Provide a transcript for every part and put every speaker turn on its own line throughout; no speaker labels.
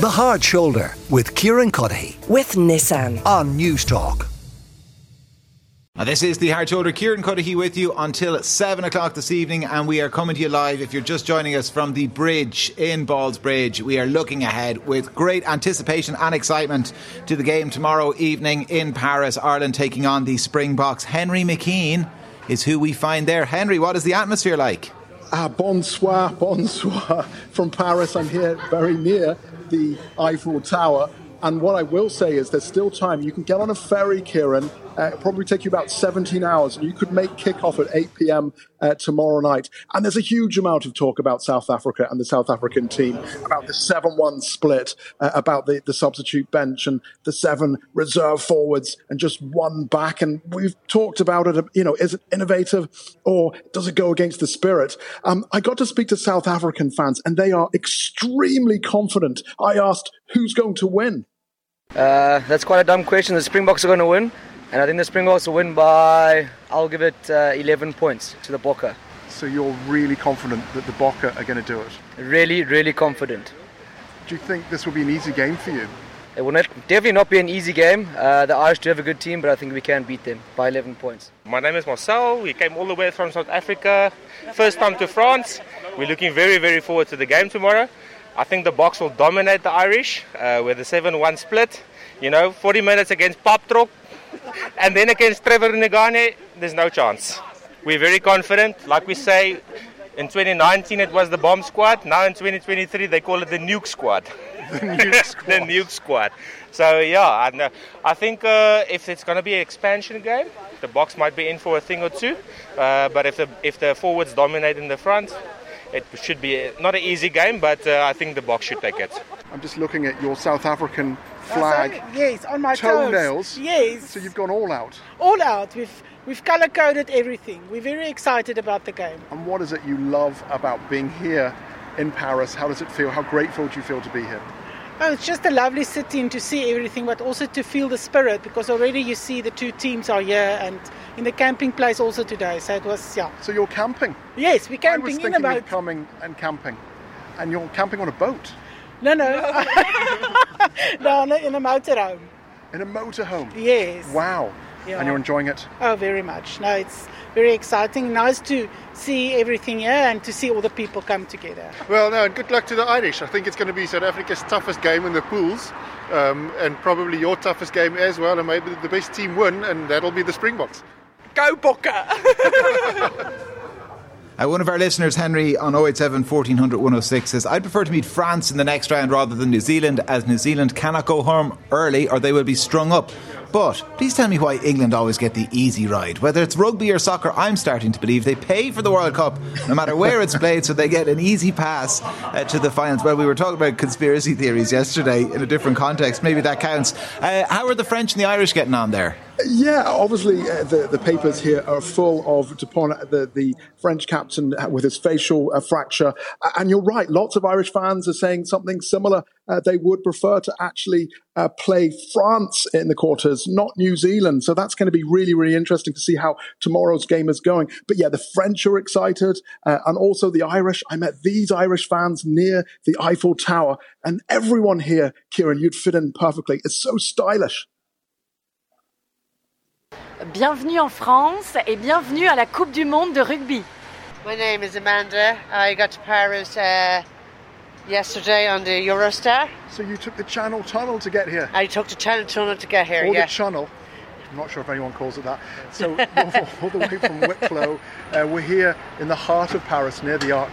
The Hard Shoulder with Kieran Cuddihy
with Nissan.
on News Talk.
Now, this is the Hard Shoulder. Kieran Cuddihy with you until 7 o'clock this evening, and we are coming to you live. If you're just joining us from the bridge in Balls Bridge, we are looking ahead with great anticipation and excitement to the game tomorrow evening in Paris. Ireland taking on the Springboks. Henry McKean is who we find there. Henry, what is the atmosphere like?
Ah, bonsoir, bonsoir. From Paris, I'm here very near the Eiffel Tower. And what I will say is there's still time. You can get on a ferry, Kieran. Uh, it'll probably take you about 17 hours, and you could make kickoff at 8 p.m. Uh, tomorrow night. And there's a huge amount of talk about South Africa and the South African team, about the 7 1 split, uh, about the, the substitute bench and the seven reserve forwards and just one back. And we've talked about it, you know, is it innovative or does it go against the spirit? Um, I got to speak to South African fans and they are extremely confident. I asked, who's going to win?
Uh, that's quite a dumb question. The Springboks are going to win, and I think the Springboks will win by, I'll give it uh, 11 points to the Bokker.
So you're really confident that the Bocker are going to do it.
Really, really confident.
Do you think this will be an easy game for you?
It will not, definitely not be an easy game. Uh, the Irish do have a good team, but I think we can beat them by 11 points.
My name is Marcel. We came all the way from South Africa, first time to France. We're looking very, very forward to the game tomorrow. I think the box will dominate the Irish uh, with a 7 1 split. You know, 40 minutes against Paptrop and then against Trevor Nagane, there's no chance. We're very confident. Like we say, in 2019 it was the bomb squad. Now in 2023 they call it the nuke squad. the nuke squad. So yeah, I know. I think uh, if it's going to be an expansion game, the box might be in for a thing or two. Uh, but if the if the forwards dominate in the front, it should be a- not an easy game. But uh, I think the box should take it.
I'm just looking at your South African flag.
So, yes, on my
Toenails.
toes. Yes.
So you've gone all out.
all out. We've we've color coded everything. We're very excited about the game.
And what is it you love about being here in Paris? How does it feel? How grateful do you feel to be here?
Oh, it's just a lovely sitting to see everything, but also to feel the spirit because already you see the two teams are here and in the camping place also today. So it was yeah.
So you're camping.
Yes, we're
I was
camping in
thinking
about
of coming and camping, and you're camping on a boat
no no down in a motorhome.
in a motorhome.
Yes.
Wow.
Yeah.
And you're enjoying it.
Oh, very much. No, it's very exciting. Nice to see everything here and to see all the people come together.
Well, no, and good luck to the Irish. I think it's going to be South Africa's toughest game in the pools, um, and probably your toughest game as well. And maybe the best team win, and that'll be the Springboks.
Uh, one of our listeners, Henry, on 087 1400 106 says, I'd prefer to meet France in the next round rather than New Zealand, as New Zealand cannot go home early or they will be strung up. But please tell me why England always get the easy ride. Whether it's rugby or soccer, I'm starting to believe they pay for the World Cup, no matter where it's played, so they get an easy pass uh, to the finals. Well, we were talking about conspiracy theories yesterday in a different context. Maybe that counts. Uh, how are the French and the Irish getting on there?
Yeah, obviously uh, the the papers here are full of Dupont, uh, the the French captain uh, with his facial uh, fracture. A- And you're right, lots of Irish fans are saying something similar. Uh, they would prefer to actually uh, play France in the quarters, not New Zealand. So that's going to be really, really interesting to see how tomorrow's game is going. But yeah, the French are excited, uh, and also the Irish. I met these Irish fans near the Eiffel Tower, and everyone here, Kieran, you'd fit in perfectly. It's so stylish.
Bienvenue en France et bienvenue à la Coupe du Monde de rugby.
My name is Amanda. I got to Paris uh, yesterday on the Eurostar.
So you took the Channel Tunnel to get here.
Uh,
I took the Channel Tunnel to get here.
or
yeah.
the channel. I'm not sure if anyone calls it that. So you're all the way from Wicklow, uh, we're here in the heart of Paris, near the Arc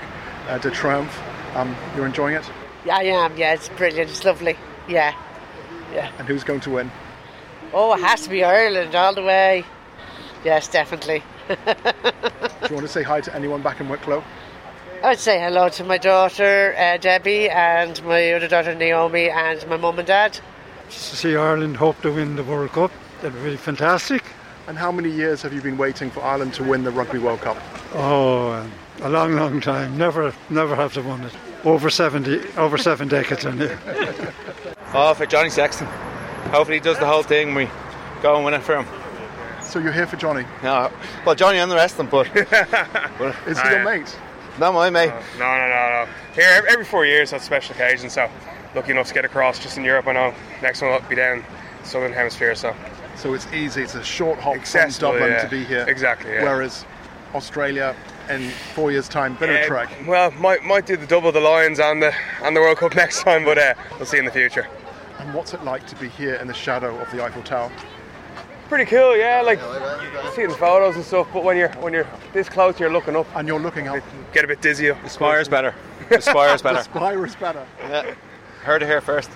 uh, de Triomphe. Um, you're enjoying it,
I am. Yeah, it's brilliant. It's lovely. Yeah.
and who's going to win?
Oh, it has to be Ireland all the way. Yes, definitely.
Do you want to say hi to anyone back in Wicklow?
I would say hello to my daughter uh, Debbie and my other daughter Naomi and my mum and dad.
to see Ireland hope to win the World Cup. That would be fantastic.
And how many years have you been waiting for Ireland to win the Rugby World Cup?
Oh, um, a long, long time. Never, never have they won it. Over seventy, over seven decades, I knew.
Oh, for Johnny Sexton. Hopefully he does the whole thing. We go and win it for him.
So you're here for Johnny.
well, Johnny and the rest of them, but
Is he your mate?
Don't mind me.
No, no, no, no. Uh, Here, ev- every four years on special occasions, so lucky enough to get across just in Europe. I know next one will be down Southern Hemisphere, so.
So it's easy. It's a short hop from
Accessible,
Dublin
yeah.
to be here.
Exactly, yeah.
Whereas Australia in four years' time, bit
Yeah,
of track.
Well, might might do the double the Lions and the and the World Cup next time, but uh, we'll see in the future.
And what's it like to be here in the shadow of the Eiffel Tower?
Pretty cool, yeah. Like seeing the photos and stuff, but when you're when you're this close, you're looking up
and you're looking up.
Get a bit dizzy. The
Spire's better. The Spire's better.
the Spire is better.
Yeah. Heard it here first.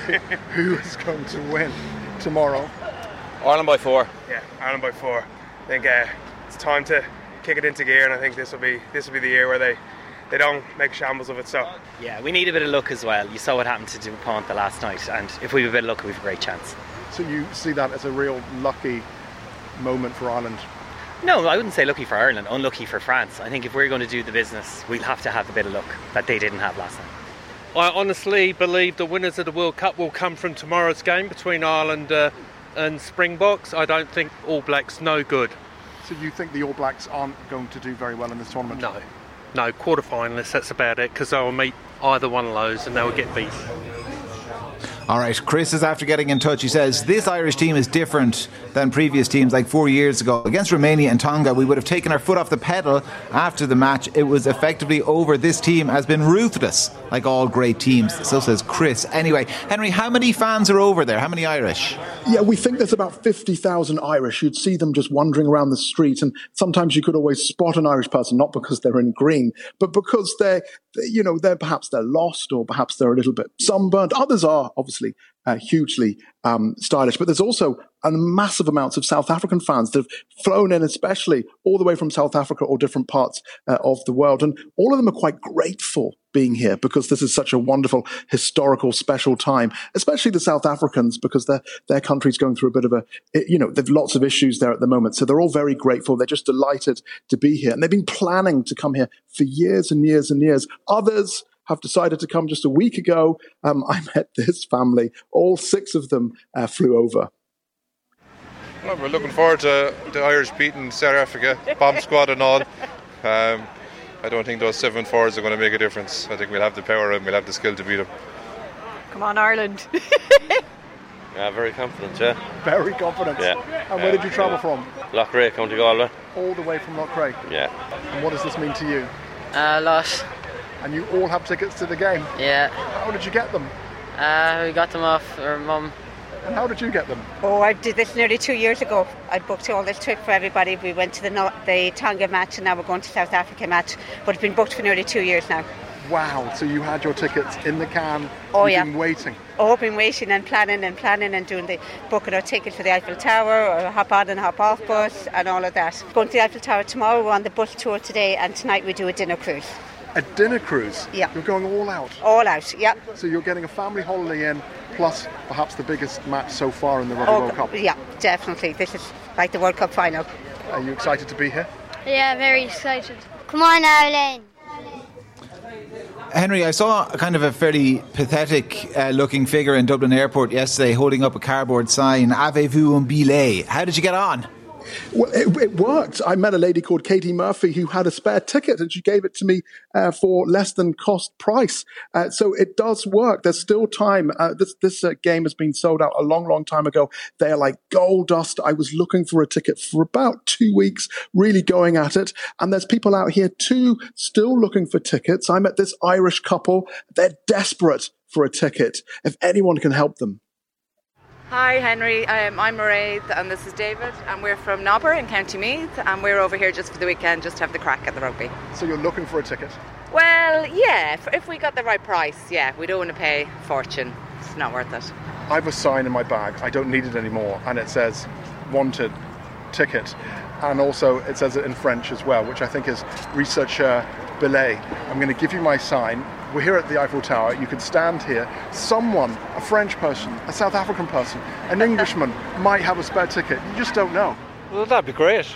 Who is going to win tomorrow?
Ireland by four.
Yeah, Ireland by four. I think uh, it's time to kick it into gear, and I think this will be this will be the year where they they don't make shambles of it. So
Yeah, we need a bit of luck as well. You saw what happened to DuPont the last night, and if we have a bit of luck, we have a great chance.
So you see that as a real lucky moment for Ireland.
No, I wouldn't say lucky for Ireland, unlucky for France. I think if we're going to do the business, we'll have to have a bit of luck that they didn't have last night.
I honestly believe the winners of the World Cup will come from tomorrow's game between Ireland uh, and Springboks. I don't think All Blacks no good.
So you think the All Blacks aren't going to do very well in this tournament? No.
No, quarterfinalists, that's about it, because they will meet either one of those and they will get beat.
All right, Chris is after getting in touch. He says, This Irish team is different than previous teams like four years ago. Against Romania and Tonga, we would have taken our foot off the pedal after the match. It was effectively over. This team has been ruthless, like all great teams. So says Chris. Anyway, Henry, how many fans are over there? How many Irish?
Yeah, we think there's about 50,000 Irish. You'd see them just wandering around the street. And sometimes you could always spot an Irish person, not because they're in green, but because they're, you know, they're perhaps they're lost or perhaps they're a little bit sunburnt. Others are obviously uh, hugely um, stylish, but there's also a massive amounts of South African fans that have flown in, especially all the way from South Africa or different parts uh, of the world. And all of them are quite grateful being here because this is such a wonderful historical special time, especially the South Africans because their their country's going through a bit of a it- you know they've lots of issues there at the moment, so they're all very grateful. They're just delighted to be here, and they've been planning to come here for years and years and years. Others. Have decided to come just a week ago. Um, I met this family. All six of them uh, flew over.
Well, we're looking forward to the Irish beating South Africa, bomb squad and all. Um, I don't think those seven fours are going to make a difference. I think we'll have the power and we'll have the skill to beat them.
Come on, Ireland.
Yeah, very confident, yeah.
Very confident.
Yeah.
And where did you travel from?
Loughrea, County Galway.
All the way from Loughrea.
Yeah.
And what does this mean to you? A lot. And you all have tickets to the game? Yeah. How did you get them? Uh, we got them off our mum. And how did you get them?
Oh, I did this nearly two years ago. I booked all this trip for everybody. We went to the, Nor- the Tonga match and now we're going to South Africa match, but it's been booked for nearly two years now.
Wow, so you had your tickets in the can.
Oh,
You've
yeah.
been waiting.
Oh, I've been waiting and planning and planning and doing the booking our ticket for the Eiffel Tower or hop on and hop off bus and all of that. Going to the Eiffel Tower tomorrow, we're on the bus tour today and tonight we do a dinner cruise.
A dinner cruise?
Yeah.
You're going all out?
All out, yep.
So you're getting a family holiday in, plus perhaps the biggest match so far in the Rugby
Oh,
World Cup.
Yeah, definitely. This is like the World Cup final.
Are you excited to be here?
Yeah, very excited. Come on, Ireland.
Henry, I saw a kind of a fairly pathetic uh, looking figure in Dublin Airport yesterday holding up a cardboard sign, Avez-vous un billet? How did you get on?
Well, it, it worked. I met a lady called Katie Murphy who had a spare ticket and she gave it to me uh, for less than cost price. Uh, so it does work. There's still time. Uh, this this uh, game has been sold out a long, long time ago. They are like gold dust. I was looking for a ticket for about two weeks, really going at it. And there's people out here too, still looking for tickets. I met this Irish couple. They're desperate for a ticket. If anyone can help them.
Hi, Henry. Um, I'm Mairead, and this is David, and we're from Knobber in County Meath, and we're over here just for the weekend, just to have the crack at the rugby.
So you're looking for a ticket?
Well, yeah, if, Uh, if we got the right price, yeah, we don't want to pay a fortune. It's not worth it.
I have a sign in my bag. I don't need it anymore, and it says "wanted ticket," and also it says it in French as well, which I think is researcher Belay. I'm going to give you my sign. We're here at the Eiffel Tower. You can stand here. Someone, a French person, a South African person, an Englishman, might have a spare ticket. You just don't know.
Well, that'd be great.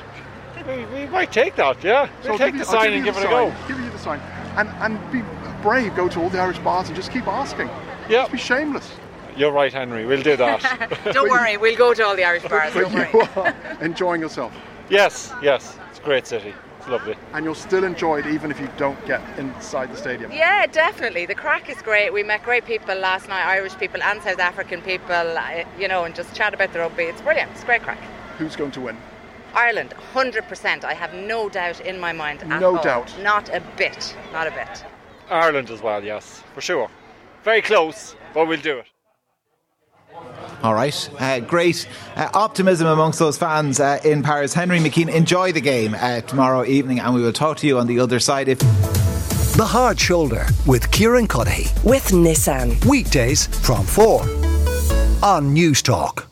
We, we might take that, yeah.
So
We'll
I'll
take
give
the
you- I'll
sign and
you
give
the
it a go.
sign, Give you the sign, and and be brave. Go to all the Irish bars and just keep asking. Yeah. Just be shameless.
You're right, Henry. We'll do that.
don't worry, we'll go to all the Irish bars.
But you are enjoying yourself.
yes, yes. It's a great city.
It's lovely. And you'll still enjoy it even if you don't get inside the stadium.
Yeah, definitely. The crack is great. We met great people last night, Irish people and South African people, uh, you know, and just chat about the rugby. It's brilliant. It's great crack.
Who's going to win?
Ireland, 100%. I have no doubt in my mind at
No
all.
doubt.
Not a bit. Not a bit.
Ireland as well, yes, for sure. Very close, but we'll do it.
All right, uh, great uh, optimism amongst those fans uh, in Paris. Henry McKean, enjoy the game uh, tomorrow evening, and we will talk to you on the other side. If
The Hard Shoulder with Kieran Cuddy.
With Nissan.
Weekdays from 4 on News Talk.